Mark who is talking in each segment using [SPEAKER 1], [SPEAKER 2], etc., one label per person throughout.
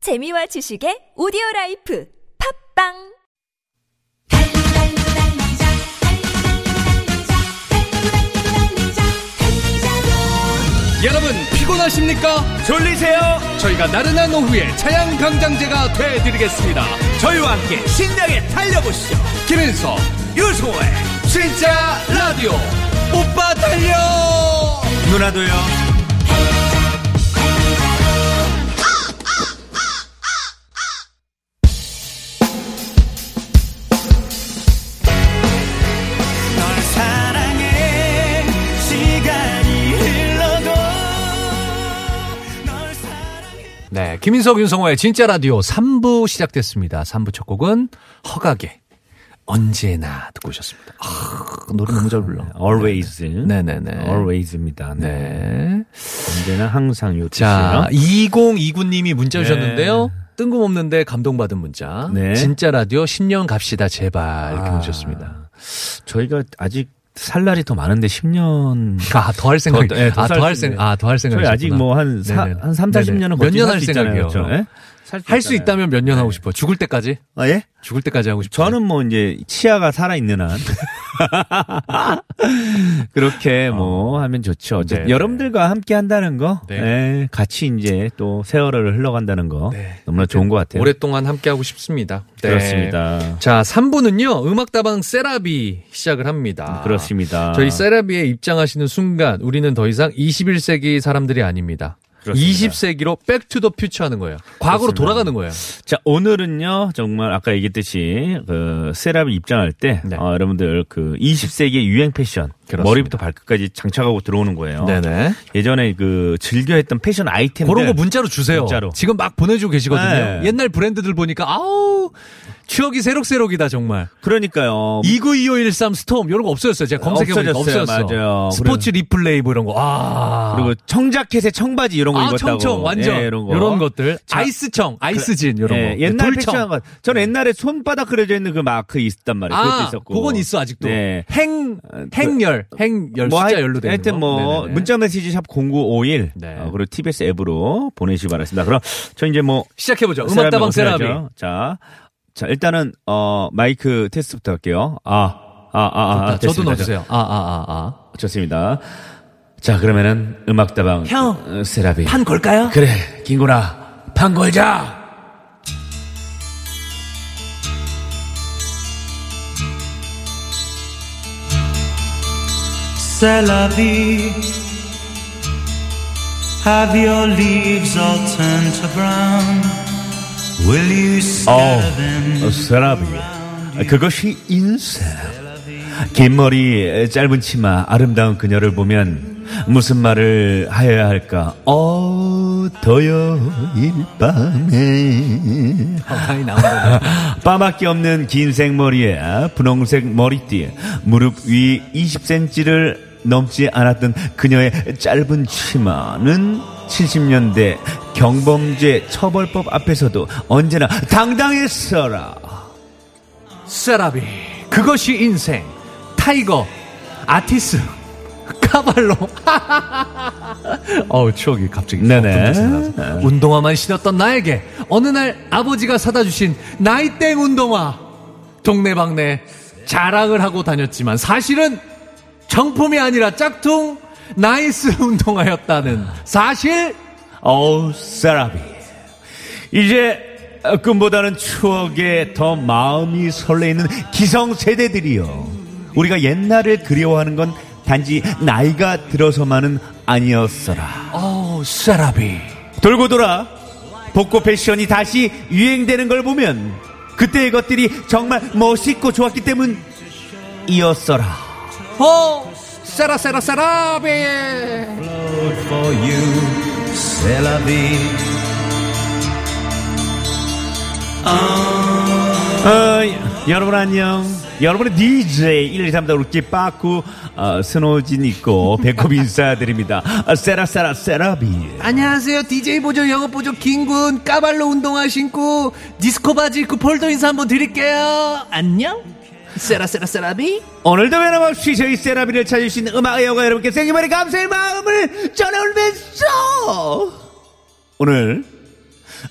[SPEAKER 1] 재미와 지식의 오디오 라이프 팝빵
[SPEAKER 2] 여러분 피곤하십니까?
[SPEAKER 3] 졸리세요?
[SPEAKER 2] 저희가 나른한 오후에 차양 강장제가 되어드리겠습니다.
[SPEAKER 3] 저희와 함께 신나게 달려보시죠.
[SPEAKER 2] 김인석
[SPEAKER 3] 유소의
[SPEAKER 2] 진짜 라디오 오빠 달려.
[SPEAKER 3] 누나도요. 널 사랑해 시간이 흘러도 널 사랑해
[SPEAKER 2] 네, 김인석 윤성호의 진짜 라디오 3부 시작됐습니다. 3부 첫 곡은 허각의 언제나 듣고 오셨습니다. 아, 노래 너무 잘 불러.
[SPEAKER 4] Always.
[SPEAKER 2] 네네네.
[SPEAKER 4] Always입니다. 네.
[SPEAKER 2] 네.
[SPEAKER 4] 언제나 항상 요
[SPEAKER 2] 자,
[SPEAKER 4] 뜻이에요.
[SPEAKER 2] 2029님이 문자 주셨는데요. 뜬금없는데 감동받은 문자.
[SPEAKER 4] 네.
[SPEAKER 2] 진짜 라디오 10년 갑시다 제발 이렇게
[SPEAKER 4] 아.
[SPEAKER 2] 오셨습니다.
[SPEAKER 4] 저희가 아직 살 날이 더 많은데 10년.
[SPEAKER 2] 아, 더 할 생각.
[SPEAKER 4] 더, 네, 더
[SPEAKER 2] 아
[SPEAKER 4] 살
[SPEAKER 2] 더할
[SPEAKER 4] 수
[SPEAKER 2] 생각.
[SPEAKER 4] 있는.
[SPEAKER 2] 아, 더 할 생각.
[SPEAKER 4] 저희 아직 뭐 한
[SPEAKER 2] 네네.
[SPEAKER 4] 한 3, 40년은
[SPEAKER 2] 네네. 몇년
[SPEAKER 4] 몇년할
[SPEAKER 2] 할 생각이에요?
[SPEAKER 4] 그렇죠?
[SPEAKER 2] 그렇죠? 예? 할 수 있다면 몇 년 하고 싶어? 요 죽을 때까지?
[SPEAKER 4] 아, 예?
[SPEAKER 2] 죽을 때까지 하고 싶어.
[SPEAKER 4] 네. 저는 뭐 이제 치아가 살아있는 한.
[SPEAKER 2] 아,
[SPEAKER 4] 그렇게 뭐 하면 좋죠. 어쨌든
[SPEAKER 2] 네네.
[SPEAKER 4] 여러분들과 함께 한다는 거.
[SPEAKER 2] 네.
[SPEAKER 4] 예, 같이 이제 또 세월을 흘러간다는 거.
[SPEAKER 2] 네.
[SPEAKER 4] 너무나 좋은 것 같아요.
[SPEAKER 2] 오랫동안 함께 하고 싶습니다. 네.
[SPEAKER 4] 그렇습니다.
[SPEAKER 2] 자, 3부는요. 음악다방 세라비 시작을 합니다.
[SPEAKER 4] 아, 그렇습니다.
[SPEAKER 2] 아. 저희 세라비에 입장하시는 순간 우리는 더 이상 21세기 사람들이 아닙니다.
[SPEAKER 4] 그렇습니다.
[SPEAKER 2] 20세기로 백투더 퓨처 하는 거예요. 과거로
[SPEAKER 4] 그렇습니다.
[SPEAKER 2] 돌아가는 거예요.
[SPEAKER 4] 자, 오늘은요, 정말 아까 얘기했듯이, 그, 세라비 입장할 때,
[SPEAKER 2] 네.
[SPEAKER 4] 어, 여러분들 그 20세기의 유행 패션,
[SPEAKER 2] 그렇습니다.
[SPEAKER 4] 머리부터 발끝까지 장착하고 들어오는 거예요.
[SPEAKER 2] 네네.
[SPEAKER 4] 예전에 그 즐겨 했던 패션 아이템들.
[SPEAKER 2] 그런 거 문자로 주세요.
[SPEAKER 4] 문자로.
[SPEAKER 2] 지금 막 보내주고 계시거든요.
[SPEAKER 4] 네.
[SPEAKER 2] 옛날 브랜드들 보니까 아우 추억이 새록새록이다 정말.
[SPEAKER 4] 음. 그러니까요.
[SPEAKER 2] 292513 스톰 이런 거 없어졌어요. 제가 검색해보니까
[SPEAKER 4] 없어졌어요.
[SPEAKER 2] 없어졌어.
[SPEAKER 4] 맞아요.
[SPEAKER 2] 스포츠 리플레이 뭐 이런 거. 아.
[SPEAKER 4] 그리고 청자켓에 청바지 이런 거
[SPEAKER 2] 아,
[SPEAKER 4] 입었다고.
[SPEAKER 2] 청청 완전
[SPEAKER 4] 예,
[SPEAKER 2] 이런,
[SPEAKER 4] 이런 거.
[SPEAKER 2] 것들.
[SPEAKER 4] 자,
[SPEAKER 2] 아이스청, 아이스진 이런
[SPEAKER 4] 예,
[SPEAKER 2] 거. 네,
[SPEAKER 4] 옛날
[SPEAKER 2] 돌청. 네.
[SPEAKER 4] 패션 것. 저는 옛날에 손바닥 그려져 있는 그 마크 있단 말이에요. 그것도
[SPEAKER 2] 아,
[SPEAKER 4] 있었고.
[SPEAKER 2] 그건 있어 아직도.
[SPEAKER 4] 네.
[SPEAKER 2] 행 행열, 행열
[SPEAKER 4] 뭐
[SPEAKER 2] 숫자
[SPEAKER 4] 하여-
[SPEAKER 2] 열로 되는
[SPEAKER 4] 하여튼
[SPEAKER 2] 거.
[SPEAKER 4] 뭐
[SPEAKER 2] 네네네.
[SPEAKER 4] 문자 메시지 샵 0951
[SPEAKER 2] 네.
[SPEAKER 4] 어, 그리고 TBS 앱으로 보내시기 바랍니다. 그럼 저 이제 뭐
[SPEAKER 2] 시작해보죠. 음악다방
[SPEAKER 4] 세라비
[SPEAKER 2] 세라비.
[SPEAKER 4] 어떻게 하죠? 자, 자 일단은 어 마이크 테스트부터 할게요. 아, 아, 아, 아,
[SPEAKER 2] 아, 저도
[SPEAKER 4] 됐습니다.
[SPEAKER 2] 넣어주세요. 아, 아, 아, 아.
[SPEAKER 4] 저- 좋습니다. 자, 그러면은 음악다방
[SPEAKER 2] 형,
[SPEAKER 4] 어, 세라비.
[SPEAKER 2] 판 걸까요?
[SPEAKER 4] 그래, 김구나 판 걸자.
[SPEAKER 5] C'est la vie. Have your leaves all turned to brown? Will you
[SPEAKER 4] Oh.
[SPEAKER 2] 어.
[SPEAKER 5] scatter them?
[SPEAKER 4] 어, 세라비 그것이 인생 긴 머리 짧은 치마 아름다운 그녀를 보면 무슨 말을 하여야 할까 어 더여일 밤에
[SPEAKER 2] 아, 많이 나온다.
[SPEAKER 4] 빠밖에 없는 긴 생머리에 분홍색 머리띠 무릎 위 20cm를 넘지 않았던 그녀의 짧은 치마는 70년대 경범죄 처벌법 앞에서도 언제나 당당했어라
[SPEAKER 2] 세라비. 그것이 인생. 타이거. 아티스. 카발로. 어우, 추억이 갑자기.
[SPEAKER 4] 네네.
[SPEAKER 2] 엎분도 생각나서. 운동화만 신었던 나에게 어느 날 아버지가 사다 주신 나이땡 운동화. 동네방네 자랑을 하고 다녔지만 사실은 정품이 아니라 짝퉁 나이스 운동화였다는 사실.
[SPEAKER 4] 어우 세라비 이제 꿈보다는 추억에 더 마음이 설레이는 기성세대들이요 우리가 옛날을 그리워하는 건 단지 나이가 들어서만은 아니었어라
[SPEAKER 2] 어우, 세라비.
[SPEAKER 4] 돌고 돌아 복고 패션이 다시 유행되는 걸 보면 그때의 것들이 정말 멋있고 좋았기 때문이었어라
[SPEAKER 2] 어, 세라, 세라, 세라비.
[SPEAKER 5] for you, c'est la vie.
[SPEAKER 4] 어, 여러분 안녕. 여러분의 DJ 123다 우리 빠꾸 어, 스노진 있고 배꼽 인사드립니다. 아, 세라 세라 세라비.
[SPEAKER 2] 안녕하세요. DJ 보조 영업 보조 김군 까발로 운동화 신고 디스코 바지 입고 폴더 인사 한번 드릴게요. 안녕. 세라 세라 세라비.
[SPEAKER 4] 오늘도 변함없이 저희 세라비를 찾으신 음악의 여가 여러분께 생일만의 감사의 마음을 전해올면서 오늘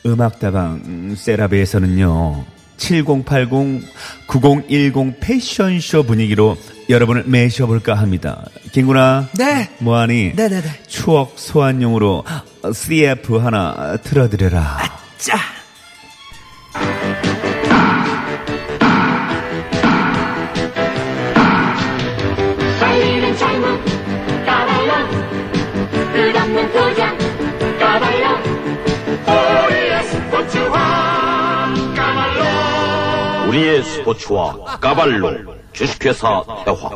[SPEAKER 4] 음악다방 음, 세라베에서는요. 7080, 9010 패션쇼 분위기로 여러분을 매셔볼까 합니다. 김구나.
[SPEAKER 2] 네.
[SPEAKER 4] 뭐하니?
[SPEAKER 2] 네네네.
[SPEAKER 4] 추억 소환용으로 CF 하나 틀어드려라.
[SPEAKER 6] 살리는 잘못 까발려 끝없는 도장 까발려 우리의 스포츠화 까발려
[SPEAKER 7] 우리의 스포츠와 까발로 주식회사 대화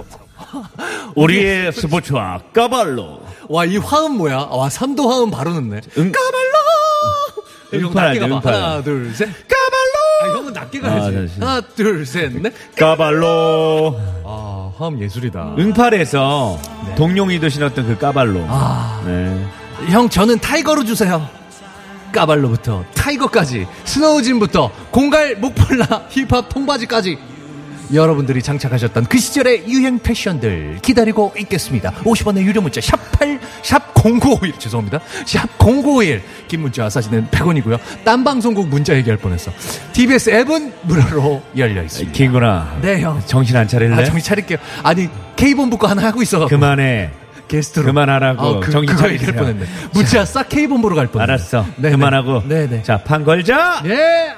[SPEAKER 4] 우리의 스포츠와 까발로.
[SPEAKER 2] 와, 이 화음 뭐야? 아, 와, 삼도 화음 바로 넣네.
[SPEAKER 4] 응.
[SPEAKER 2] 까발로! 이거
[SPEAKER 4] 음파라,
[SPEAKER 2] 낮게 가봐.
[SPEAKER 4] 음파라.
[SPEAKER 2] 하나, 둘, 셋.
[SPEAKER 4] 까발로! 네,
[SPEAKER 2] 아, 형은 낮게 가야지.
[SPEAKER 4] 다시.
[SPEAKER 2] 하나, 둘, 셋, 넷.
[SPEAKER 4] 까발로.
[SPEAKER 2] 아, 화음 예술이다.
[SPEAKER 4] 응팔에서
[SPEAKER 2] 네.
[SPEAKER 4] 동룡이도 신었던 그 까발로.
[SPEAKER 2] 아.
[SPEAKER 4] 네.
[SPEAKER 2] 형, 저는 타이거로 주세요. 까발로부터 타이거까지, 스노우진부터 공갈, 목폴라, 힙합 통바지까지. 여러분들이 장착하셨던 그 시절의 유행 패션들 기다리고 있겠습니다. 50원의 유료 문자 샵 8, 샵 0951, 죄송합니다. 샵 0951, 긴 문자 사진은 100원이고요. 딴 방송국 문자 얘기할 뻔했어. TBS 앱은 무료로 열려 있습니다.
[SPEAKER 4] 김구나.
[SPEAKER 2] 네, 형.
[SPEAKER 4] 정신 안 차릴래?
[SPEAKER 2] 아, 정신 차릴게요. 아니, K본부 거 하나 하고 있어.
[SPEAKER 4] 그만해.
[SPEAKER 2] 게스트로.
[SPEAKER 4] 그만하라고.
[SPEAKER 2] 아, 그,
[SPEAKER 4] 어, 정신
[SPEAKER 2] 그거
[SPEAKER 4] 차리세요.
[SPEAKER 2] 얘기할 뻔했네. 문자 싹 K본부로 갈 뻔했네.
[SPEAKER 4] 알았어.
[SPEAKER 2] 네네.
[SPEAKER 4] 그만하고.
[SPEAKER 2] 네네.
[SPEAKER 4] 자, 판 걸자!
[SPEAKER 2] 예.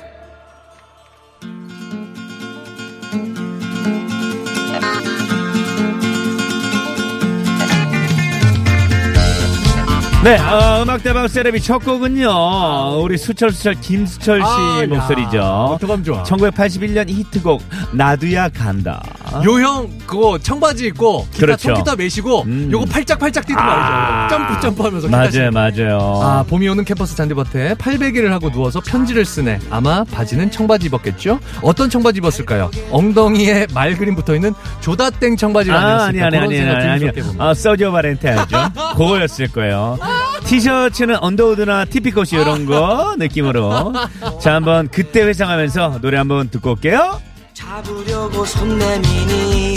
[SPEAKER 4] 네, 어, 음악대방 세레비 첫 곡은요. 우리 수철수철 김수철 씨
[SPEAKER 2] 아, 야.
[SPEAKER 4] 목소리죠.
[SPEAKER 2] 어떡하면 좋아.
[SPEAKER 4] 1981년 히트곡, 나두야 간다.
[SPEAKER 2] 아, 요형 그거 청바지 입고 기타
[SPEAKER 4] 그렇죠.
[SPEAKER 2] 통기타 메시고
[SPEAKER 4] 음.
[SPEAKER 2] 요거 팔짝팔짝 뛰는 거
[SPEAKER 4] 아.
[SPEAKER 2] 알죠? 점프 점프하면서 기타
[SPEAKER 4] 맞아요,
[SPEAKER 2] 치는 거.
[SPEAKER 4] 맞아요.
[SPEAKER 2] 아 봄이 오는 캠퍼스 잔디밭에 팔베기를 하고 누워서 편지를 쓰네 아마 바지는 청바지 입었겠죠 어떤 청바지 입었을까요 엉덩이에 말 그림 붙어있는 조다땡 청바지를
[SPEAKER 4] 아, 아니
[SPEAKER 2] 아니었을까
[SPEAKER 4] 아니 아니
[SPEAKER 2] 그런
[SPEAKER 4] 아니
[SPEAKER 2] 생각
[SPEAKER 4] 아니.
[SPEAKER 2] 들게 보면
[SPEAKER 4] 아, 서디오 바렌테아죠. 그거였을 거예요. 티셔츠는 언더우드나 티피코시 이런 거 느낌으로. 자, 한번 그때 회상하면서 노래 한번 듣고 올게요.
[SPEAKER 8] 잡으려고 손 내미니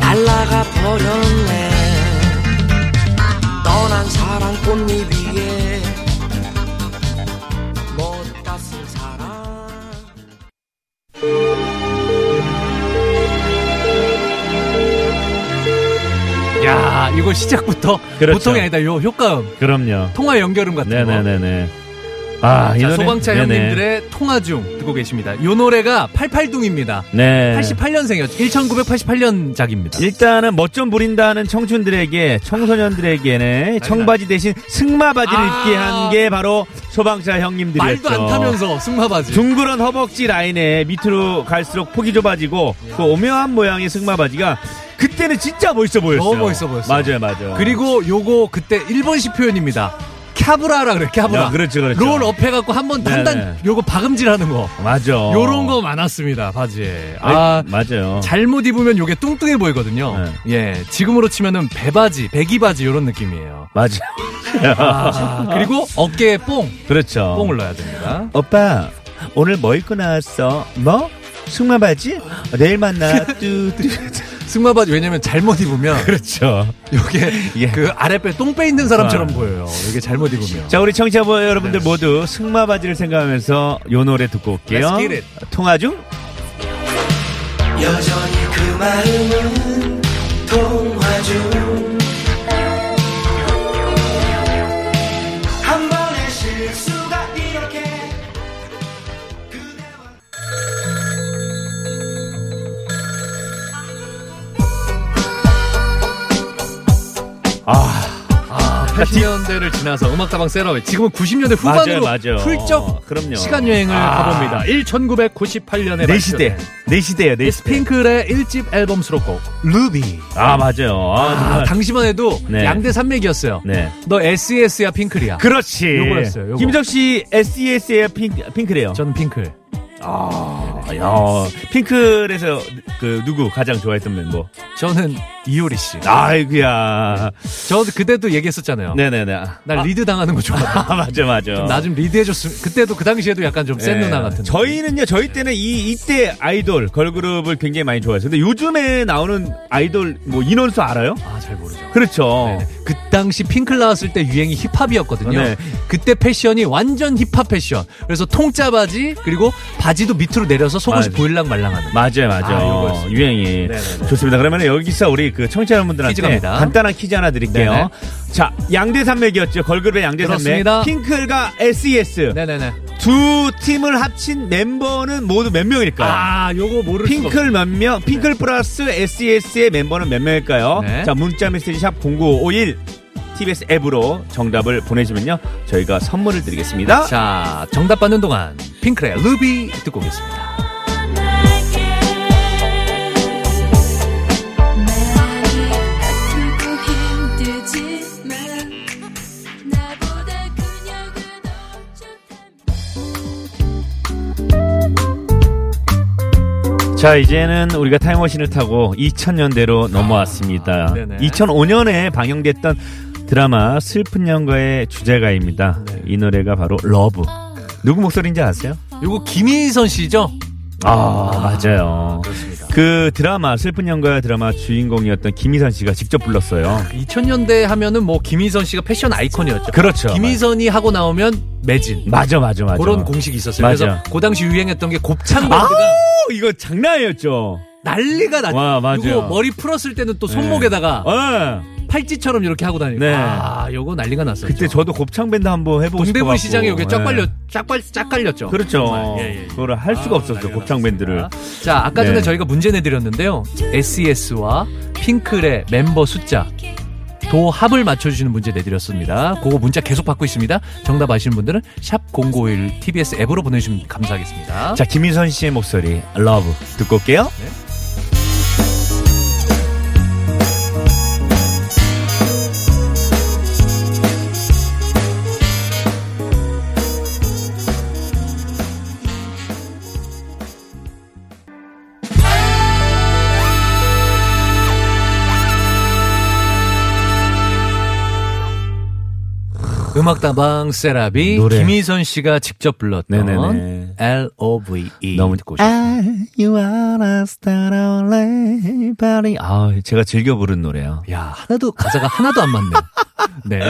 [SPEAKER 8] 날라가 버렸네 떠난 사랑 꽃잎 위에 못갔을 사랑
[SPEAKER 2] 야 이거 시작부터
[SPEAKER 4] 아. 그렇죠.
[SPEAKER 2] 보통이 아니다 요 효과음
[SPEAKER 4] 그럼요.
[SPEAKER 2] 통화 연결음 같은 거
[SPEAKER 4] 네네네네. 아, 이
[SPEAKER 2] 자,
[SPEAKER 4] 노래.
[SPEAKER 2] 소방차
[SPEAKER 4] 네네.
[SPEAKER 2] 형님들의 통화 중 듣고 계십니다 요 노래가 팔팔둥입니다
[SPEAKER 4] 네.
[SPEAKER 2] 88년생이었죠. 1988년 작입니다.
[SPEAKER 4] 일단은 멋 좀 부린다는 청춘들에게 청소년들에게는 청바지 대신 승마바지를
[SPEAKER 2] 아.
[SPEAKER 4] 입게 한 게 바로 소방차 형님들이었죠.
[SPEAKER 2] 말도 안 타면서 승마바지.
[SPEAKER 4] 둥그런 허벅지 라인에 밑으로 갈수록 폭이 좁아지고 그 오묘한 모양의 승마 바지가 그때는 진짜 멋있어 보였어요.
[SPEAKER 2] 너무 멋있어 보였어요.
[SPEAKER 4] 맞아요, 맞아요.
[SPEAKER 2] 그리고 요거 그때 일본식 표현입니다. 캬브라라 그래, 캬브라.
[SPEAKER 4] 야, 그렇죠, 그렇죠.
[SPEAKER 2] 롤 업해갖고 한 번
[SPEAKER 4] 네네.
[SPEAKER 2] 판단, 요거 박음질하는 거.
[SPEAKER 4] 맞아.
[SPEAKER 2] 요런 거 많았습니다, 바지에.
[SPEAKER 4] 아,
[SPEAKER 2] 아,
[SPEAKER 4] 맞아요.
[SPEAKER 2] 잘못 입으면 요게 뚱뚱해 보이거든요.
[SPEAKER 4] 네.
[SPEAKER 2] 예, 지금으로 치면은 배바지, 배기바지 요런 느낌이에요.
[SPEAKER 4] 맞아.
[SPEAKER 2] 아, 그리고 어깨에 뽕,
[SPEAKER 4] 그렇죠.
[SPEAKER 2] 뽕을 넣어야 됩니다.
[SPEAKER 4] 오빠 오늘 뭐 입고 나왔어? 뭐? 승마 바지? 내일 만나. 뚜뚜.
[SPEAKER 2] 승마바지 왜냐면 잘못 입으면
[SPEAKER 4] 그렇죠.
[SPEAKER 2] 요게
[SPEAKER 4] 예.
[SPEAKER 2] 그 아랫배 똥배 있는 사람처럼
[SPEAKER 4] 아.
[SPEAKER 2] 보여요. 이게 잘못 입으면.
[SPEAKER 4] 자, 우리 청취자 여러분들
[SPEAKER 2] 네.
[SPEAKER 4] 모두 승마 바지를 생각하면서 요 노래 듣고 올게요.
[SPEAKER 2] Let's get it.
[SPEAKER 4] 통화 중.
[SPEAKER 8] 여전히 그 마음은 통화 중한 번의 실수가 이렇게
[SPEAKER 2] 아, 80년대를 지나서 음악다방 셋업에 지금은 90년대 후반으로
[SPEAKER 4] 맞아요, 맞아요. 어,
[SPEAKER 2] 훌쩍
[SPEAKER 4] 그럼요.
[SPEAKER 2] 시간 여행을
[SPEAKER 4] 아.
[SPEAKER 2] 가봅니다. 1998년에
[SPEAKER 4] 네 시대. 네 시대요, 네 시대.
[SPEAKER 2] 스핑클의 1집 앨범 수록곡 루비.
[SPEAKER 4] 아, 맞아요. 아,
[SPEAKER 2] 아,
[SPEAKER 4] 정말.
[SPEAKER 2] 당시만 해도
[SPEAKER 4] 네.
[SPEAKER 2] 양대 산맥이었어요.
[SPEAKER 4] 네.
[SPEAKER 2] 너 SES야 핑클이야.
[SPEAKER 4] 그렇지.
[SPEAKER 2] 요거였어요, 요거.
[SPEAKER 4] 김정 씨 SES의 핑크, 핑크래요. 아,
[SPEAKER 2] 저는 핑클.
[SPEAKER 4] 야, 핑클에서 그 누구 가장 좋아했던 멤버?
[SPEAKER 2] 저는 이효리 씨.
[SPEAKER 4] 아이구야.
[SPEAKER 2] 저 그때도 얘기했었잖아요.
[SPEAKER 4] 아. 네네네.
[SPEAKER 2] 나 리드 당하는 거 좋아.
[SPEAKER 4] 아, 맞아, 맞아.
[SPEAKER 2] 나 좀 리드해줬으면 그때도 그 당시에도 약간 좀 센
[SPEAKER 4] 예.
[SPEAKER 2] 누나 같은.
[SPEAKER 4] 저희는요, 저희 때는 이, 이때 아이돌, 걸그룹을 굉장히 많이 좋아했어요. 근데 요즘에 나오는 아이돌, 뭐, 인원수 알아요?
[SPEAKER 2] 아잘 모르죠.
[SPEAKER 4] 그렇죠.
[SPEAKER 2] 네. 그 당시 핑클 나왔을 때 유행이 힙합이었거든요.
[SPEAKER 4] 네.
[SPEAKER 2] 그때 패션이 완전 힙합 패션. 그래서 통짜 바지 그리고 바지도 밑으로 내려서 속옷이
[SPEAKER 4] 맞아요. 네.
[SPEAKER 2] 보일랑 말랑하는.
[SPEAKER 4] 맞아요, 맞아요.
[SPEAKER 2] 아, 요거였어요.
[SPEAKER 4] 유행이.
[SPEAKER 2] 네네네.
[SPEAKER 4] 좋습니다. 그러면 여기서 우리 그 청취자분들한테
[SPEAKER 2] 퀴즈 갑니다.
[SPEAKER 4] 간단한 퀴즈 하나 드릴게요.
[SPEAKER 2] 네네.
[SPEAKER 4] 자, 양대산맥이었죠. 걸그룹의 양대산맥.
[SPEAKER 2] 그렇습니다.
[SPEAKER 4] 핑클과 SES.
[SPEAKER 2] 네네네.
[SPEAKER 4] 두 팀을 합친 멤버는 모두 몇 명일까요?
[SPEAKER 2] 아 요거 모를 수가 없-
[SPEAKER 4] 핑클 몇 명? 핑클 플러스 SES의 멤버는 몇 명일까요?
[SPEAKER 2] 네.
[SPEAKER 4] 자, 문자 메시지 샵 0951. TBS 앱으로 정답을 보내주면요. 저희가 선물을 드리겠습니다.
[SPEAKER 2] 자 정답 받는 동안 핑클의 루비 듣고 오겠습니다.
[SPEAKER 4] 자 이제는 우리가 타임머신을 타고 2000년대로 넘어왔습니다.
[SPEAKER 2] 아, 네네.
[SPEAKER 4] 2005년에 방영됐던 드라마 슬픈 연가의 주제가입니다.
[SPEAKER 2] 네.
[SPEAKER 4] 이 노래가 바로 러브. 누구 목소리인지 아세요?
[SPEAKER 2] 요거 김희선 씨죠?
[SPEAKER 4] 아, 맞아요.
[SPEAKER 2] 그렇습니다.
[SPEAKER 4] 그 드라마 슬픈 연가 드라마 주인공이었던 김희선 씨가 직접 불렀어요.
[SPEAKER 2] 2000년대 그 하면은 뭐 김희선 씨가 패션 아이콘이었죠.
[SPEAKER 4] 그렇죠.
[SPEAKER 2] 김희선이 하고 나오면 매진.
[SPEAKER 4] 맞아 맞아 맞아.
[SPEAKER 2] 그런 공식이 있었어요.
[SPEAKER 4] 맞아.
[SPEAKER 2] 그래서 그 당시 유행했던 게 곱창
[SPEAKER 4] 아우
[SPEAKER 2] 밴드가
[SPEAKER 4] 이거 장난이었죠.
[SPEAKER 2] 난리가 났죠.
[SPEAKER 4] 와, 맞아요.
[SPEAKER 2] 그리고 머리 풀었을 때는 또 손목에다가
[SPEAKER 4] 어.
[SPEAKER 2] 팔찌처럼 이렇게 하고 다니고.
[SPEAKER 4] 네.
[SPEAKER 2] 아, 요거 난리가 났었죠.
[SPEAKER 4] 그때 저도 곱창 밴드 한번 해보고 싶어
[SPEAKER 2] 동대문 시장에 여기 쫙
[SPEAKER 4] 예.
[SPEAKER 2] 빨려 쫙 빨, 쫙 깔렸죠.
[SPEAKER 4] 그렇죠.
[SPEAKER 2] 정말. 예, 예, 예.
[SPEAKER 4] 그걸 할 수가 없었죠.
[SPEAKER 2] 난리가
[SPEAKER 4] 곱창 밴드를.
[SPEAKER 2] 자, 아까 전에
[SPEAKER 4] 네.
[SPEAKER 2] 저희가 문제 내드렸는데요. SES와 핑클의 멤버 숫자. 도 합을 맞춰주시는 문제 내드렸습니다. 그거 문자 계속 받고 있습니다. 정답 아시는 분들은 샵0951 TBS 앱으로 보내주시면 감사하겠습니다.
[SPEAKER 4] 어? 자, 김희선 씨의 목소리 러브 듣고 올게요.
[SPEAKER 2] 음악다방 세라비
[SPEAKER 4] 노래.
[SPEAKER 2] 김희선 씨가 직접 불렀던
[SPEAKER 4] 네네네.
[SPEAKER 2] L.O.V.E.
[SPEAKER 4] 너무
[SPEAKER 2] 듣고
[SPEAKER 4] You are a star only body. 아, 제가 즐겨 부른 노래요.
[SPEAKER 2] 야 하나도 가사가 하나도 안 맞네. 네.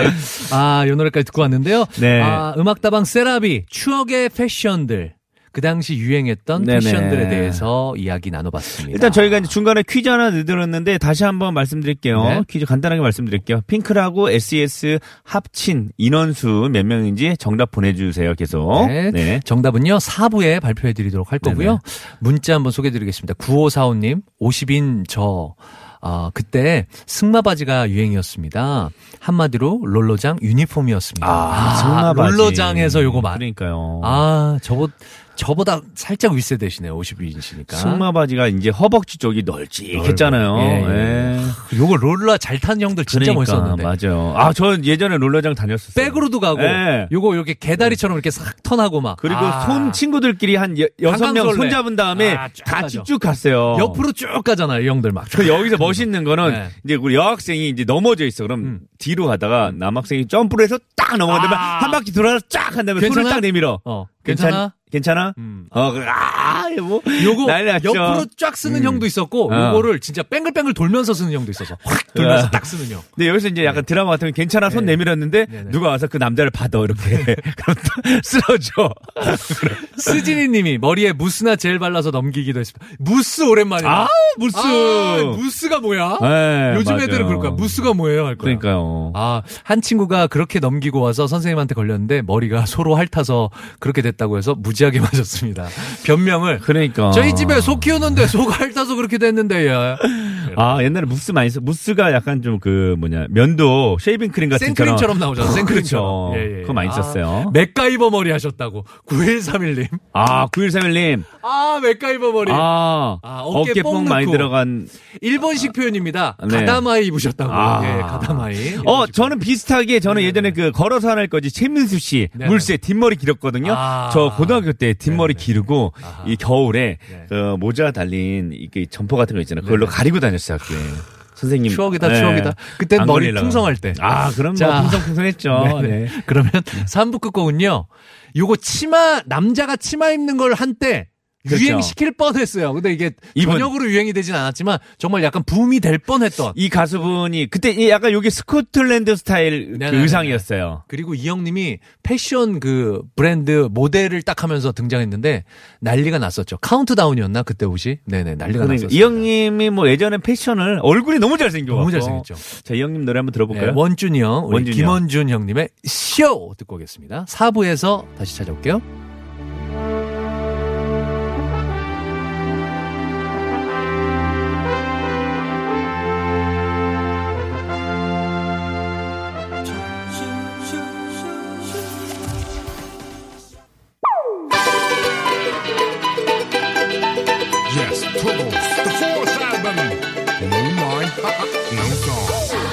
[SPEAKER 2] 아이 노래까지 듣고 왔는데요.
[SPEAKER 4] 네.
[SPEAKER 2] 아, 음악다방 세라비 추억의 패션들 그 당시 유행했던
[SPEAKER 4] 네네.
[SPEAKER 2] 패션들에 대해서 이야기 나눠봤습니다.
[SPEAKER 4] 일단 저희가 이제 중간에 퀴즈 하나 늘들었는데 다시 한번 말씀드릴게요.
[SPEAKER 2] 네.
[SPEAKER 4] 퀴즈 간단하게 말씀드릴게요. 핑크라고 SES 합친 인원수 몇 명인지 정답 보내주세요. 계속.
[SPEAKER 2] 네. 정답은요, 4부에 발표해 드리도록 할 거고요.
[SPEAKER 4] 네네.
[SPEAKER 2] 문자 한번 소개해 드리겠습니다. 9545님, 50인 저, 아, 그때 승마바지가 유행이었습니다. 한마디로 롤러장 유니폼이었습니다.
[SPEAKER 4] 아, 승마바지.
[SPEAKER 2] 롤러장에서 요거 맞.
[SPEAKER 4] 그러니까요.
[SPEAKER 2] 아, 저보, 저보다 살짝 윗세 되시네요, 50인이시니까.
[SPEAKER 4] 승마 바지가 이제 허벅지 쪽이 널찍했잖아요.
[SPEAKER 2] 예, 예.
[SPEAKER 4] 예.
[SPEAKER 2] 요거 롤러 잘 탄 형들 진짜 멋있었는데.
[SPEAKER 4] 그러니까, 맞아요. 아, 저 예전에 롤러장 다녔었어요.
[SPEAKER 2] 백으로도 가고,
[SPEAKER 4] 예.
[SPEAKER 2] 요거 이렇게 개다리처럼 이렇게 싹 턴하고 막.
[SPEAKER 4] 그리고
[SPEAKER 2] 아,
[SPEAKER 4] 손 친구들끼리 한 여, 여섯 명
[SPEAKER 2] 한강설레.
[SPEAKER 4] 손 잡은 다음에
[SPEAKER 2] 아, 쭉
[SPEAKER 4] 같이
[SPEAKER 2] 가죠.
[SPEAKER 4] 쭉 갔어요.
[SPEAKER 2] 옆으로 쭉 가잖아요, 이 형들 막.
[SPEAKER 4] 그 여기서 멋있는 거는
[SPEAKER 2] 네. 음.
[SPEAKER 4] 이제 우리 여학생이 이제 넘어져 있어. 그럼 뒤로 가다가 남학생이 점프를 해서 딱 넘어가면
[SPEAKER 2] 아.
[SPEAKER 4] 한 바퀴 돌아서 쫙 한 다음에 손을
[SPEAKER 2] 괜찮아?
[SPEAKER 4] 딱 내밀어.
[SPEAKER 2] 어,
[SPEAKER 4] 괜찮-
[SPEAKER 2] 괜찮아?
[SPEAKER 4] 괜찮아?
[SPEAKER 2] 음.
[SPEAKER 4] 어, 그- 아, 뭐
[SPEAKER 2] 요거
[SPEAKER 4] 난리 났죠.
[SPEAKER 2] 옆으로 쫙 쓰는
[SPEAKER 4] 음.
[SPEAKER 2] 형도 있었고
[SPEAKER 4] 어.
[SPEAKER 2] 요거를 진짜 뺑글뺑글 돌면서 쓰는 형도 있어서 확 돌면서
[SPEAKER 4] 아.
[SPEAKER 2] 딱 쓰는 형.
[SPEAKER 4] 근데 여기서 이제 약간 드라마 같은 경우 괜찮아 손
[SPEAKER 2] 네.
[SPEAKER 4] 내밀었는데
[SPEAKER 2] 네, 네.
[SPEAKER 4] 누가 와서 그 남자를 받아 이렇게 그럼 또 쓰러져
[SPEAKER 2] 스진이 님이 머리에 무스나 젤 발라서 넘기기도 했습니다. 무스 오랜만이다.
[SPEAKER 4] 아우 무스
[SPEAKER 2] 아, 무스가 뭐야?
[SPEAKER 4] 네,
[SPEAKER 2] 요즘
[SPEAKER 4] 맞아요.
[SPEAKER 2] 애들은 그럴 거야. 무스가 뭐예요? 할 거야.
[SPEAKER 4] 그러니까요
[SPEAKER 2] 아, 한 친구가 그렇게 넘기고 와서 선생님한테 걸렸는데 머리가 서로 핥아서 그렇게 됐다고 해서 무지하게 맞았습니다. 변명을
[SPEAKER 4] 그러니까
[SPEAKER 2] 저희 집에 소 키우는데 소가 핥아서 그렇게 됐는데 야.
[SPEAKER 4] 아 옛날에 무스 많이 써 무스가 약간 좀 그 뭐냐 면도 쉐이빙 크림 같은
[SPEAKER 2] 생크림처럼 나오잖아. 생크림처럼.
[SPEAKER 4] 그렇죠 그거 많이 썼어요
[SPEAKER 2] 아, 맥가이버 머리 하셨다고. 9131님.
[SPEAKER 4] 아 9131님
[SPEAKER 2] 아, 맥가이버 머리.
[SPEAKER 4] 아,
[SPEAKER 2] 아, 어깨
[SPEAKER 4] 어깨, 뽕
[SPEAKER 2] 뽕
[SPEAKER 4] 많이
[SPEAKER 2] 넣고.
[SPEAKER 4] 들어간
[SPEAKER 2] 일본식 표현입니다.
[SPEAKER 4] 네.
[SPEAKER 2] 가다마이 입으셨다고.
[SPEAKER 4] 아.
[SPEAKER 2] 예, 그렇죠. 가다마이.
[SPEAKER 4] 어, 저는 비슷하게 저는 예전에 그 걸어서 안 할 거지 최민수 씨
[SPEAKER 2] 네네.
[SPEAKER 4] 물새 뒷머리 길었거든요.
[SPEAKER 2] 아.
[SPEAKER 4] 저 고등학교 때 뒷머리 기르고 이 겨울에
[SPEAKER 2] 네. 네,
[SPEAKER 4] 그 모자 달린 이그 점퍼 같은 거 있잖아요. 그걸로 가리고 다녔어요 학교에. 선생님
[SPEAKER 2] 추억이다,
[SPEAKER 4] 네.
[SPEAKER 2] 추억이다. 그땐
[SPEAKER 4] 안
[SPEAKER 2] 머리
[SPEAKER 4] 걸리려고.
[SPEAKER 2] 풍성할 때.
[SPEAKER 4] 아 그럼
[SPEAKER 2] 자.
[SPEAKER 4] 뭐 풍성풍성했죠.
[SPEAKER 2] 네,
[SPEAKER 4] 네.
[SPEAKER 2] 네. 그러면 3부 끝곡은요. 요거 치마 남자가 치마 입는 걸 한때
[SPEAKER 4] 그렇죠.
[SPEAKER 2] 유행시킬 뻔했어요. 근데 이게
[SPEAKER 4] 이분.
[SPEAKER 2] 전역으로 유행이 되진 않았지만 정말 약간 붐이 될 뻔했던.
[SPEAKER 4] 이 가수분이 그때 이 약간 여기 스코틀랜드 스타일 그
[SPEAKER 2] 네네네.
[SPEAKER 4] 의상이었어요.
[SPEAKER 2] 그리고 이 형님이 패션 그 브랜드 모델을 딱 하면서 등장했는데 난리가 났었죠. 카운트다운이었나 그때 옷이? 네네 난리가
[SPEAKER 4] 그러니까
[SPEAKER 2] 났었어요.
[SPEAKER 4] 이 형님이 뭐 예전에 패션을 얼굴이 너무 잘생겨.
[SPEAKER 2] 너무 잘생겼죠.
[SPEAKER 4] 자, 이 형님 노래 한번 들어볼까요?
[SPEAKER 2] 네, 원준이 형, 우리
[SPEAKER 4] 원준이 형.
[SPEAKER 2] 김원준 형님의 쇼 듣고 오겠습니다. 4부에서 다시 찾아올게요.
[SPEAKER 9] Yes, Troubles, the fourth album. No mind, no song.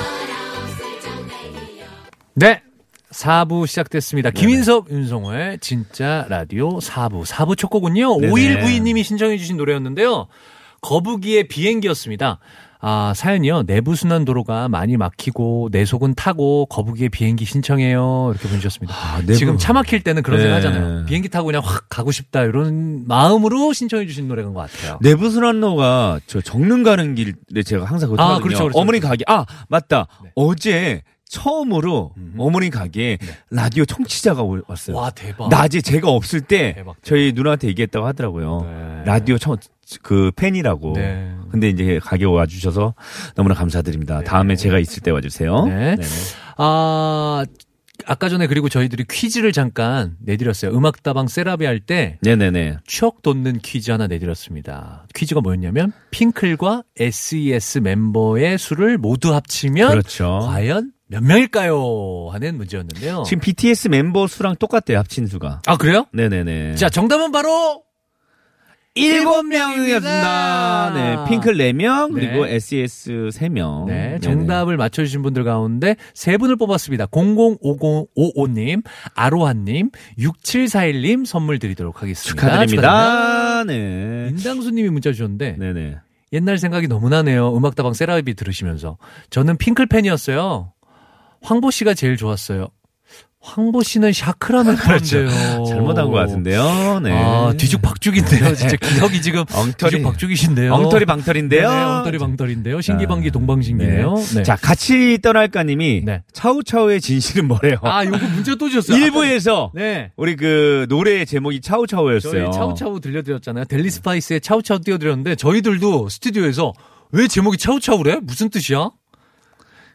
[SPEAKER 2] 네. 4부 시작됐습니다. 김인섭, 윤성호의 진짜 라디오 4부. 4부 첫 곡은요.
[SPEAKER 4] 네네.
[SPEAKER 2] 5192님이 신청해주신 노래였는데요. 거북이의 비행기였습니다. 아, 사연이요. 내부순환 도로가 많이 막히고, 내속은 타고, 거북이의 비행기 신청해요. 이렇게 보내주셨습니다.
[SPEAKER 4] 아, 내부-
[SPEAKER 2] 지금 차 막힐 때는 그런 생각
[SPEAKER 4] 네.
[SPEAKER 2] 하잖아요. 비행기 타고 그냥 확 가고 싶다. 이런 마음으로 신청해주신 노래인 것 같아요.
[SPEAKER 4] 내부순환로가 저 정릉 가는 길에 제가 항상 그거
[SPEAKER 2] 아,
[SPEAKER 4] 타거든요.
[SPEAKER 2] 그렇죠, 그렇죠,
[SPEAKER 4] 어머니 가게. 아 맞다.
[SPEAKER 2] 네.
[SPEAKER 4] 어제 처음으로 어머니 가게에 라디오 청취자가 오- 왔어요.
[SPEAKER 2] 와, 대박.
[SPEAKER 4] 낮에 제가 없을 때
[SPEAKER 2] 대박, 대박.
[SPEAKER 4] 저희 누나한테 얘기했다고 하더라고요.
[SPEAKER 2] 네.
[SPEAKER 4] 라디오 청 그 팬이라고.
[SPEAKER 2] 네.
[SPEAKER 4] 근데 이제 가게 와주셔서 너무나 감사드립니다. 다음에 제가 있을 때 와주세요.
[SPEAKER 2] 네. 아, 아까 전에 그리고 저희들이 퀴즈를 잠깐 내드렸어요. 음악다방 세라비 할 때
[SPEAKER 4] 네네네.
[SPEAKER 2] 추억 돋는 퀴즈 하나 내드렸습니다. 퀴즈가 뭐였냐면 핑클과 SES 멤버의 수를 모두 합치면
[SPEAKER 4] 그렇죠.
[SPEAKER 2] 과연 몇 명일까요? 하는 문제였는데요.
[SPEAKER 4] 지금 BTS 멤버 수랑 똑같대요. 합친 수가.
[SPEAKER 2] 아 그래요?
[SPEAKER 4] 네네네.
[SPEAKER 2] 자 정답은 바로
[SPEAKER 4] 일곱 명이었습니다. 네, 핑클 4명,
[SPEAKER 2] 네.
[SPEAKER 4] 그리고 SES 3명.
[SPEAKER 2] 네, 정답을 맞춰주신 분들 가운데 세 분을 뽑았습니다. 005055님, 아로하님, 6741님 선물 드리도록 하겠습니다. 축하드립니다.
[SPEAKER 4] 축하드립니다. 네.
[SPEAKER 2] 인당수님이 문자 주셨는데
[SPEAKER 4] 네네.
[SPEAKER 2] 옛날 생각이 너무 나네요. 음악다방 세라비 들으시면서 저는 핑클 팬이었어요. 황보 씨가 제일 좋았어요. 황보 씨는 샤크라는 건데요.
[SPEAKER 4] 그렇죠. 잘못한 것 같은데요. 네.
[SPEAKER 2] 아 뒤죽박죽인데요. 진짜 기억이 지금
[SPEAKER 4] 엉터리.
[SPEAKER 2] 뒤죽박죽이신데요.
[SPEAKER 4] 엉터리 방털인데요. 아,
[SPEAKER 2] 네, 엉터리 방털인데요. 신기방기 동방신기네요.
[SPEAKER 4] 네.
[SPEAKER 2] 네.
[SPEAKER 4] 자, 같이 떠날까님이
[SPEAKER 2] 네.
[SPEAKER 4] 차우차우의 진실은 뭐래요?
[SPEAKER 2] 아, 요거 문제 또 주셨어요.
[SPEAKER 4] 일부에서
[SPEAKER 2] 네.
[SPEAKER 4] 우리 그 노래의 제목이 차우차우였어요.
[SPEAKER 2] 저희 차우차우 들려드렸잖아요. 델리 스파이스의 차우차우 띄워드렸는데 저희들도 스튜디오에서 왜 제목이 차우차우래? 무슨 뜻이야?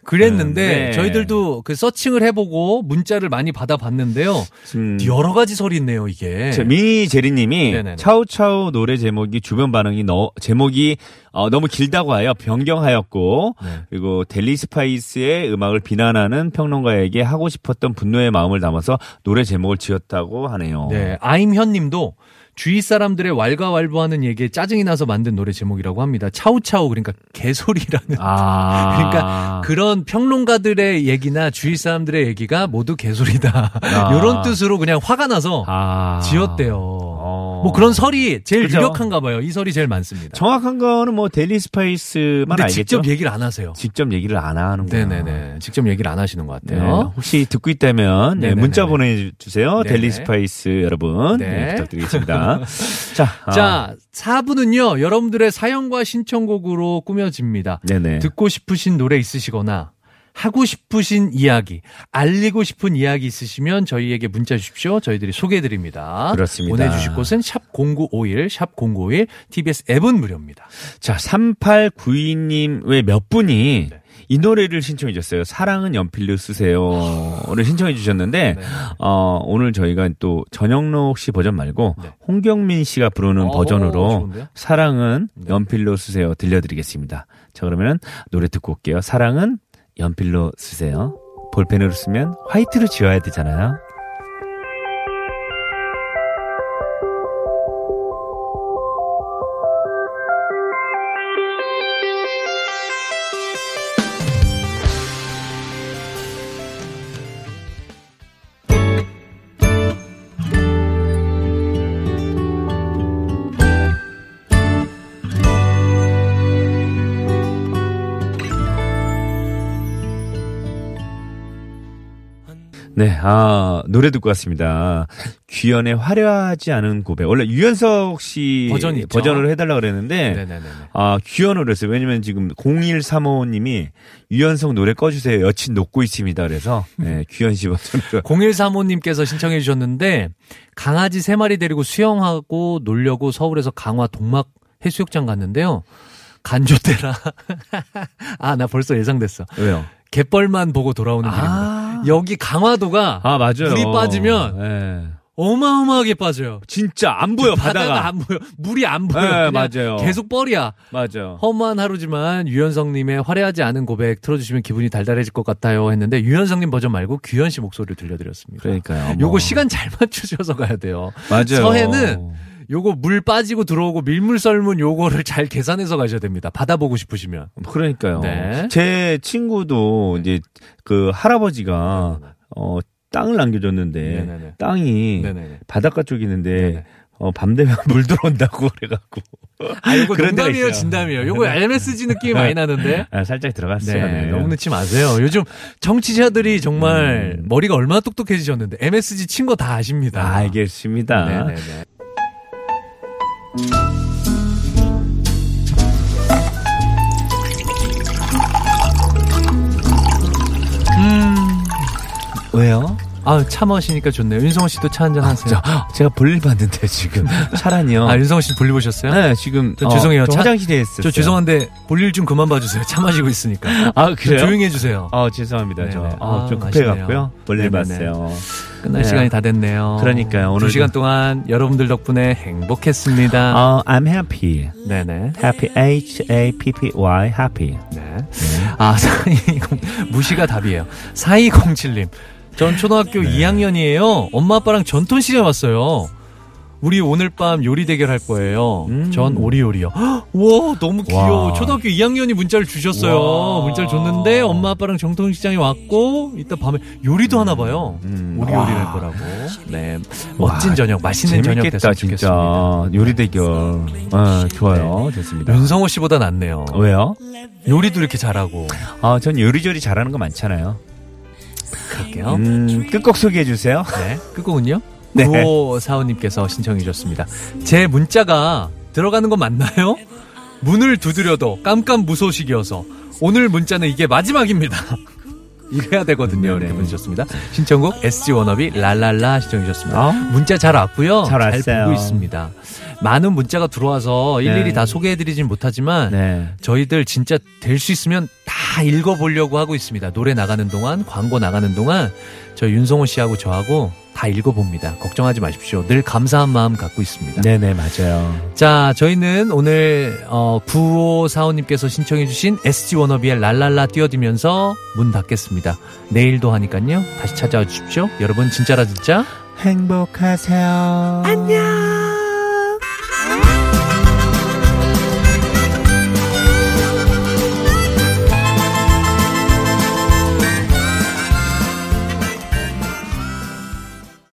[SPEAKER 2] 그랬는데
[SPEAKER 4] 네, 네.
[SPEAKER 2] 저희들도 그 서칭을 해보고 문자를 많이 받아봤는데요.
[SPEAKER 4] 음.
[SPEAKER 2] 여러 가지 설이 있네요, 이게.
[SPEAKER 4] 자, 미니 제리님이
[SPEAKER 2] 네네네.
[SPEAKER 4] 차우차우 노래 제목이 주변 반응이 너, 제목이 어, 너무 길다고 하여 변경하였고
[SPEAKER 2] 네.
[SPEAKER 4] 그리고 델리 스파이스의 음악을 비난하는 평론가에게 하고 싶었던 분노의 마음을 담아서 노래 제목을 지었다고 하네요.
[SPEAKER 2] 네, 아임현 님도 주위 사람들의 왈가왈부하는 얘기에 짜증이 나서 만든 노래 제목이라고 합니다. 차우차우 그러니까 개소리라는
[SPEAKER 4] 아
[SPEAKER 2] 그러니까 그런 평론가들의 얘기나 주위 사람들의 얘기가 모두 개소리다. 이런 뜻으로 그냥 화가 나서
[SPEAKER 4] 아.
[SPEAKER 2] 지었대요.
[SPEAKER 4] 어.
[SPEAKER 2] 뭐 그런 설이 제일
[SPEAKER 4] 그죠?
[SPEAKER 2] 유력한가 봐요. 이 설이 제일 많습니다.
[SPEAKER 4] 정확한 거는 뭐 델리 스파이스만
[SPEAKER 2] 근데
[SPEAKER 4] 알겠죠. 음.
[SPEAKER 2] 직접 얘기를 안 하세요.
[SPEAKER 4] 직접 얘기를 안 하는 거예요.
[SPEAKER 2] 네네네. 직접 얘기를 안 하시는 것
[SPEAKER 4] 네,
[SPEAKER 2] 같아요.
[SPEAKER 4] 혹시 듣고 있다면 네,
[SPEAKER 2] 네네네.
[SPEAKER 4] 문자 보내주세요.
[SPEAKER 2] 네네.
[SPEAKER 4] 델리 스파이스 여러분
[SPEAKER 2] 네.
[SPEAKER 4] 네, 부탁드리겠습니다. 자, 아,
[SPEAKER 2] 자, 4부는요, 여러분들의 사연과 신청곡으로 꾸며집니다.
[SPEAKER 4] 네네.
[SPEAKER 2] 듣고 싶으신 노래 있으시거나 하고 싶으신 이야기, 알리고 싶은 이야기 있으시면 저희에게 문자 주십시오. 저희들이 소개해 드립니다.
[SPEAKER 4] 그렇습니다.
[SPEAKER 2] 보내 주실 곳은 샵 0951, 샵 0951, TBS 앱은 무료입니다.
[SPEAKER 4] 자, 3892님 외 몇 분이
[SPEAKER 2] 네.
[SPEAKER 4] 이 노래를 신청해 주셨어요. 사랑은 연필로 쓰세요를 신청해 주셨는데
[SPEAKER 2] 네.
[SPEAKER 4] 어, 오늘 저희가 또 전영록 씨 버전 말고
[SPEAKER 2] 네.
[SPEAKER 4] 홍경민 씨가 부르는
[SPEAKER 2] 어,
[SPEAKER 4] 버전으로
[SPEAKER 2] 좋은데요? 네.
[SPEAKER 4] 사랑은 연필로 쓰세요 들려드리겠습니다. 자, 그러면 노래 듣고 올게요. 사랑은 연필로 쓰세요. 볼펜으로 쓰면 화이트로 지워야 되잖아요. 네, 아, 노래 듣고 왔습니다. 귀연의 화려하지 않은 고백. 원래 유연석 씨
[SPEAKER 2] 버전이 있죠.
[SPEAKER 4] 버전으로 해달라 그랬는데,
[SPEAKER 2] 네네네네.
[SPEAKER 4] 아, 귀연으로 했어요. 왜냐면 지금 0135님이 유연석 노래 꺼주세요. 여친 녹고 있습니다. 그래서, 네, 귀연 씨 버전으로.
[SPEAKER 2] 0135님께서 신청해 주셨는데 강아지 세마리 데리고 수영하고 놀려고 서울에서 강화 동막 해수욕장 갔는데요. 간조대라. 아, 나 벌써 예상됐어.
[SPEAKER 4] 왜요?
[SPEAKER 2] 갯벌만 보고 돌아오는 길입니다. 여기 강화도가
[SPEAKER 4] 아, 맞아요.
[SPEAKER 2] 물이 빠지면
[SPEAKER 4] 예.
[SPEAKER 2] 어마어마하게 빠져요.
[SPEAKER 4] 진짜 안 보여, 바다가.
[SPEAKER 2] 바다가 안 보여. 물이 안 보여.
[SPEAKER 4] 네,
[SPEAKER 2] 그냥
[SPEAKER 4] 맞아요.
[SPEAKER 2] 계속 뻘이야.
[SPEAKER 4] 맞아요.
[SPEAKER 2] 험한 하루지만 유현성님의 화려하지 않은 고백 틀어주시면 기분이 달달해질 것 같아요 했는데 유현성님 버전 말고 귀현 씨 목소리를 들려드렸습니다.
[SPEAKER 4] 그러니까요. 어머.
[SPEAKER 2] 요거 시간 잘 맞추셔서 가야 돼요.
[SPEAKER 4] 맞아요.
[SPEAKER 2] 서해는 요거 물 빠지고 들어오고 밀물 썰문 요거를 잘 계산해서 가셔야 됩니다. 받아보고 싶으시면.
[SPEAKER 4] 그러니까요.
[SPEAKER 2] 네.
[SPEAKER 4] 제 친구도 이제 그 할아버지가 어 땅을 남겨줬는데
[SPEAKER 2] 네네네.
[SPEAKER 4] 땅이
[SPEAKER 2] 네네네.
[SPEAKER 4] 바닷가 쪽이 있는데 어, 밤 되면 물 들어온다고 그래가지고
[SPEAKER 2] 아, 요거
[SPEAKER 4] 그런 데가
[SPEAKER 2] 농담이에요,
[SPEAKER 4] 있어요.
[SPEAKER 2] 진담이에요. 요거 MSG 느낌이 많이 나는데.
[SPEAKER 4] 아, 살짝 들어갔어요.
[SPEAKER 2] 네, 너무 늦지 마세요. 요즘 정치자들이 정말 머리가 얼마나 똑똑해지셨는데 MSG 친 거 다 아십니다.
[SPEAKER 4] 음. 아, 알겠습니다.
[SPEAKER 2] 네네네.
[SPEAKER 4] 왜요?
[SPEAKER 2] 아, 차 마시니까 좋네요. 윤성호 씨도 차 한잔 하세요.
[SPEAKER 4] 아, 저, 제가 볼일 봤는데 지금 차라니요.
[SPEAKER 2] 아, 윤성호 씨 볼일 보셨어요?
[SPEAKER 4] 네, 지금
[SPEAKER 2] 저 죄송해요.
[SPEAKER 4] 저
[SPEAKER 2] 차-
[SPEAKER 4] 화장실에 있었어요.
[SPEAKER 2] 저 죄송한데 볼일 좀 그만 봐주세요. 차 마시고 있으니까.
[SPEAKER 4] 아
[SPEAKER 2] 좀
[SPEAKER 4] 그래요?
[SPEAKER 2] 조용히 해주세요.
[SPEAKER 4] 아 죄송합니다.
[SPEAKER 2] 네네.
[SPEAKER 4] 저
[SPEAKER 2] 아,
[SPEAKER 4] 좀
[SPEAKER 2] 아쉽네요.
[SPEAKER 4] 급해갖고요. 볼일
[SPEAKER 2] 네네네.
[SPEAKER 4] 봤어요.
[SPEAKER 2] 끝날
[SPEAKER 4] 네.
[SPEAKER 2] 시간이 다 됐네요.
[SPEAKER 4] 그러니까요.
[SPEAKER 2] 두
[SPEAKER 4] 오늘도-
[SPEAKER 2] 시간 동안 여러분들 덕분에 행복했습니다.
[SPEAKER 4] 어, I'm happy.
[SPEAKER 2] 네네.
[SPEAKER 4] Happy, H A P P Y, happy.
[SPEAKER 2] 네. 아, 4207 무시가 답이에요. 4207님. 전 초등학교
[SPEAKER 4] 네.
[SPEAKER 2] 2학년이에요. 엄마 아빠랑 전통시장 왔어요. 우리 오늘 밤 요리 대결 할 거예요. 전 오리요리요. 헉, 우와, 너무 귀여워.
[SPEAKER 4] 음. 와.
[SPEAKER 2] 초등학교 2학년이 문자를 주셨어요.
[SPEAKER 4] 와.
[SPEAKER 2] 문자를 줬는데 엄마 아빠랑 정통시장에 왔고 이따 밤에 요리도 하나 봐요.
[SPEAKER 4] 음.
[SPEAKER 2] 오리요리 할 거라고. 네. 멋진
[SPEAKER 4] 와,
[SPEAKER 2] 저녁,
[SPEAKER 4] 네,
[SPEAKER 2] 맛있는 저녁
[SPEAKER 4] 재밌겠다,
[SPEAKER 2] 됐으면
[SPEAKER 4] 진짜.
[SPEAKER 2] 좋겠습니다.
[SPEAKER 4] 요리 대결. 어, 좋아요. 좋습니다.
[SPEAKER 2] 네. 윤성호 씨보다 낫네요.
[SPEAKER 4] 왜요?
[SPEAKER 2] 요리도 이렇게 잘하고.
[SPEAKER 4] 아, 전 요리조리 잘하는 거 많잖아요.
[SPEAKER 2] 그럴게요.
[SPEAKER 4] 음, 끝곡 소개해주세요.
[SPEAKER 2] 네. 끝곡은요?
[SPEAKER 4] 네.
[SPEAKER 2] 구호 사원님께서 신청해 주셨습니다. 제 문자가 들어가는 거 맞나요? 문을 두드려도 깜깜 무소식이어서 오늘 문자는 이게 마지막입니다. 이래야 되거든요. 이렇게
[SPEAKER 4] 네네.
[SPEAKER 2] 보내주셨습니다. 신청곡 SG 워너비 랄랄라 신청해 주셨습니다.
[SPEAKER 4] 어?
[SPEAKER 2] 문자 잘 왔고요.
[SPEAKER 4] 잘 왔어요.
[SPEAKER 2] 보고 있습니다. 많은 문자가 들어와서 일일이
[SPEAKER 4] 네.
[SPEAKER 2] 다 소개해 드리진 못하지만
[SPEAKER 4] 네.
[SPEAKER 2] 저희들 진짜 될 수 있으면 다 읽어보려고 하고 있습니다. 노래 나가는 동안, 광고 나가는 동안, 저 윤성호 씨하고 저하고 다 읽어봅니다. 걱정하지 마십시오. 늘 감사한 마음 갖고 있습니다.
[SPEAKER 4] 네네, 맞아요.
[SPEAKER 2] 자, 저희는 오늘, 어, 9545님께서 신청해주신 SG 워너비의 랄랄라 뛰어들면서 문 닫겠습니다. 내일도 하니까요. 다시 찾아와 주십시오. 여러분, 진짜라 진짜.
[SPEAKER 4] 행복하세요. 안녕.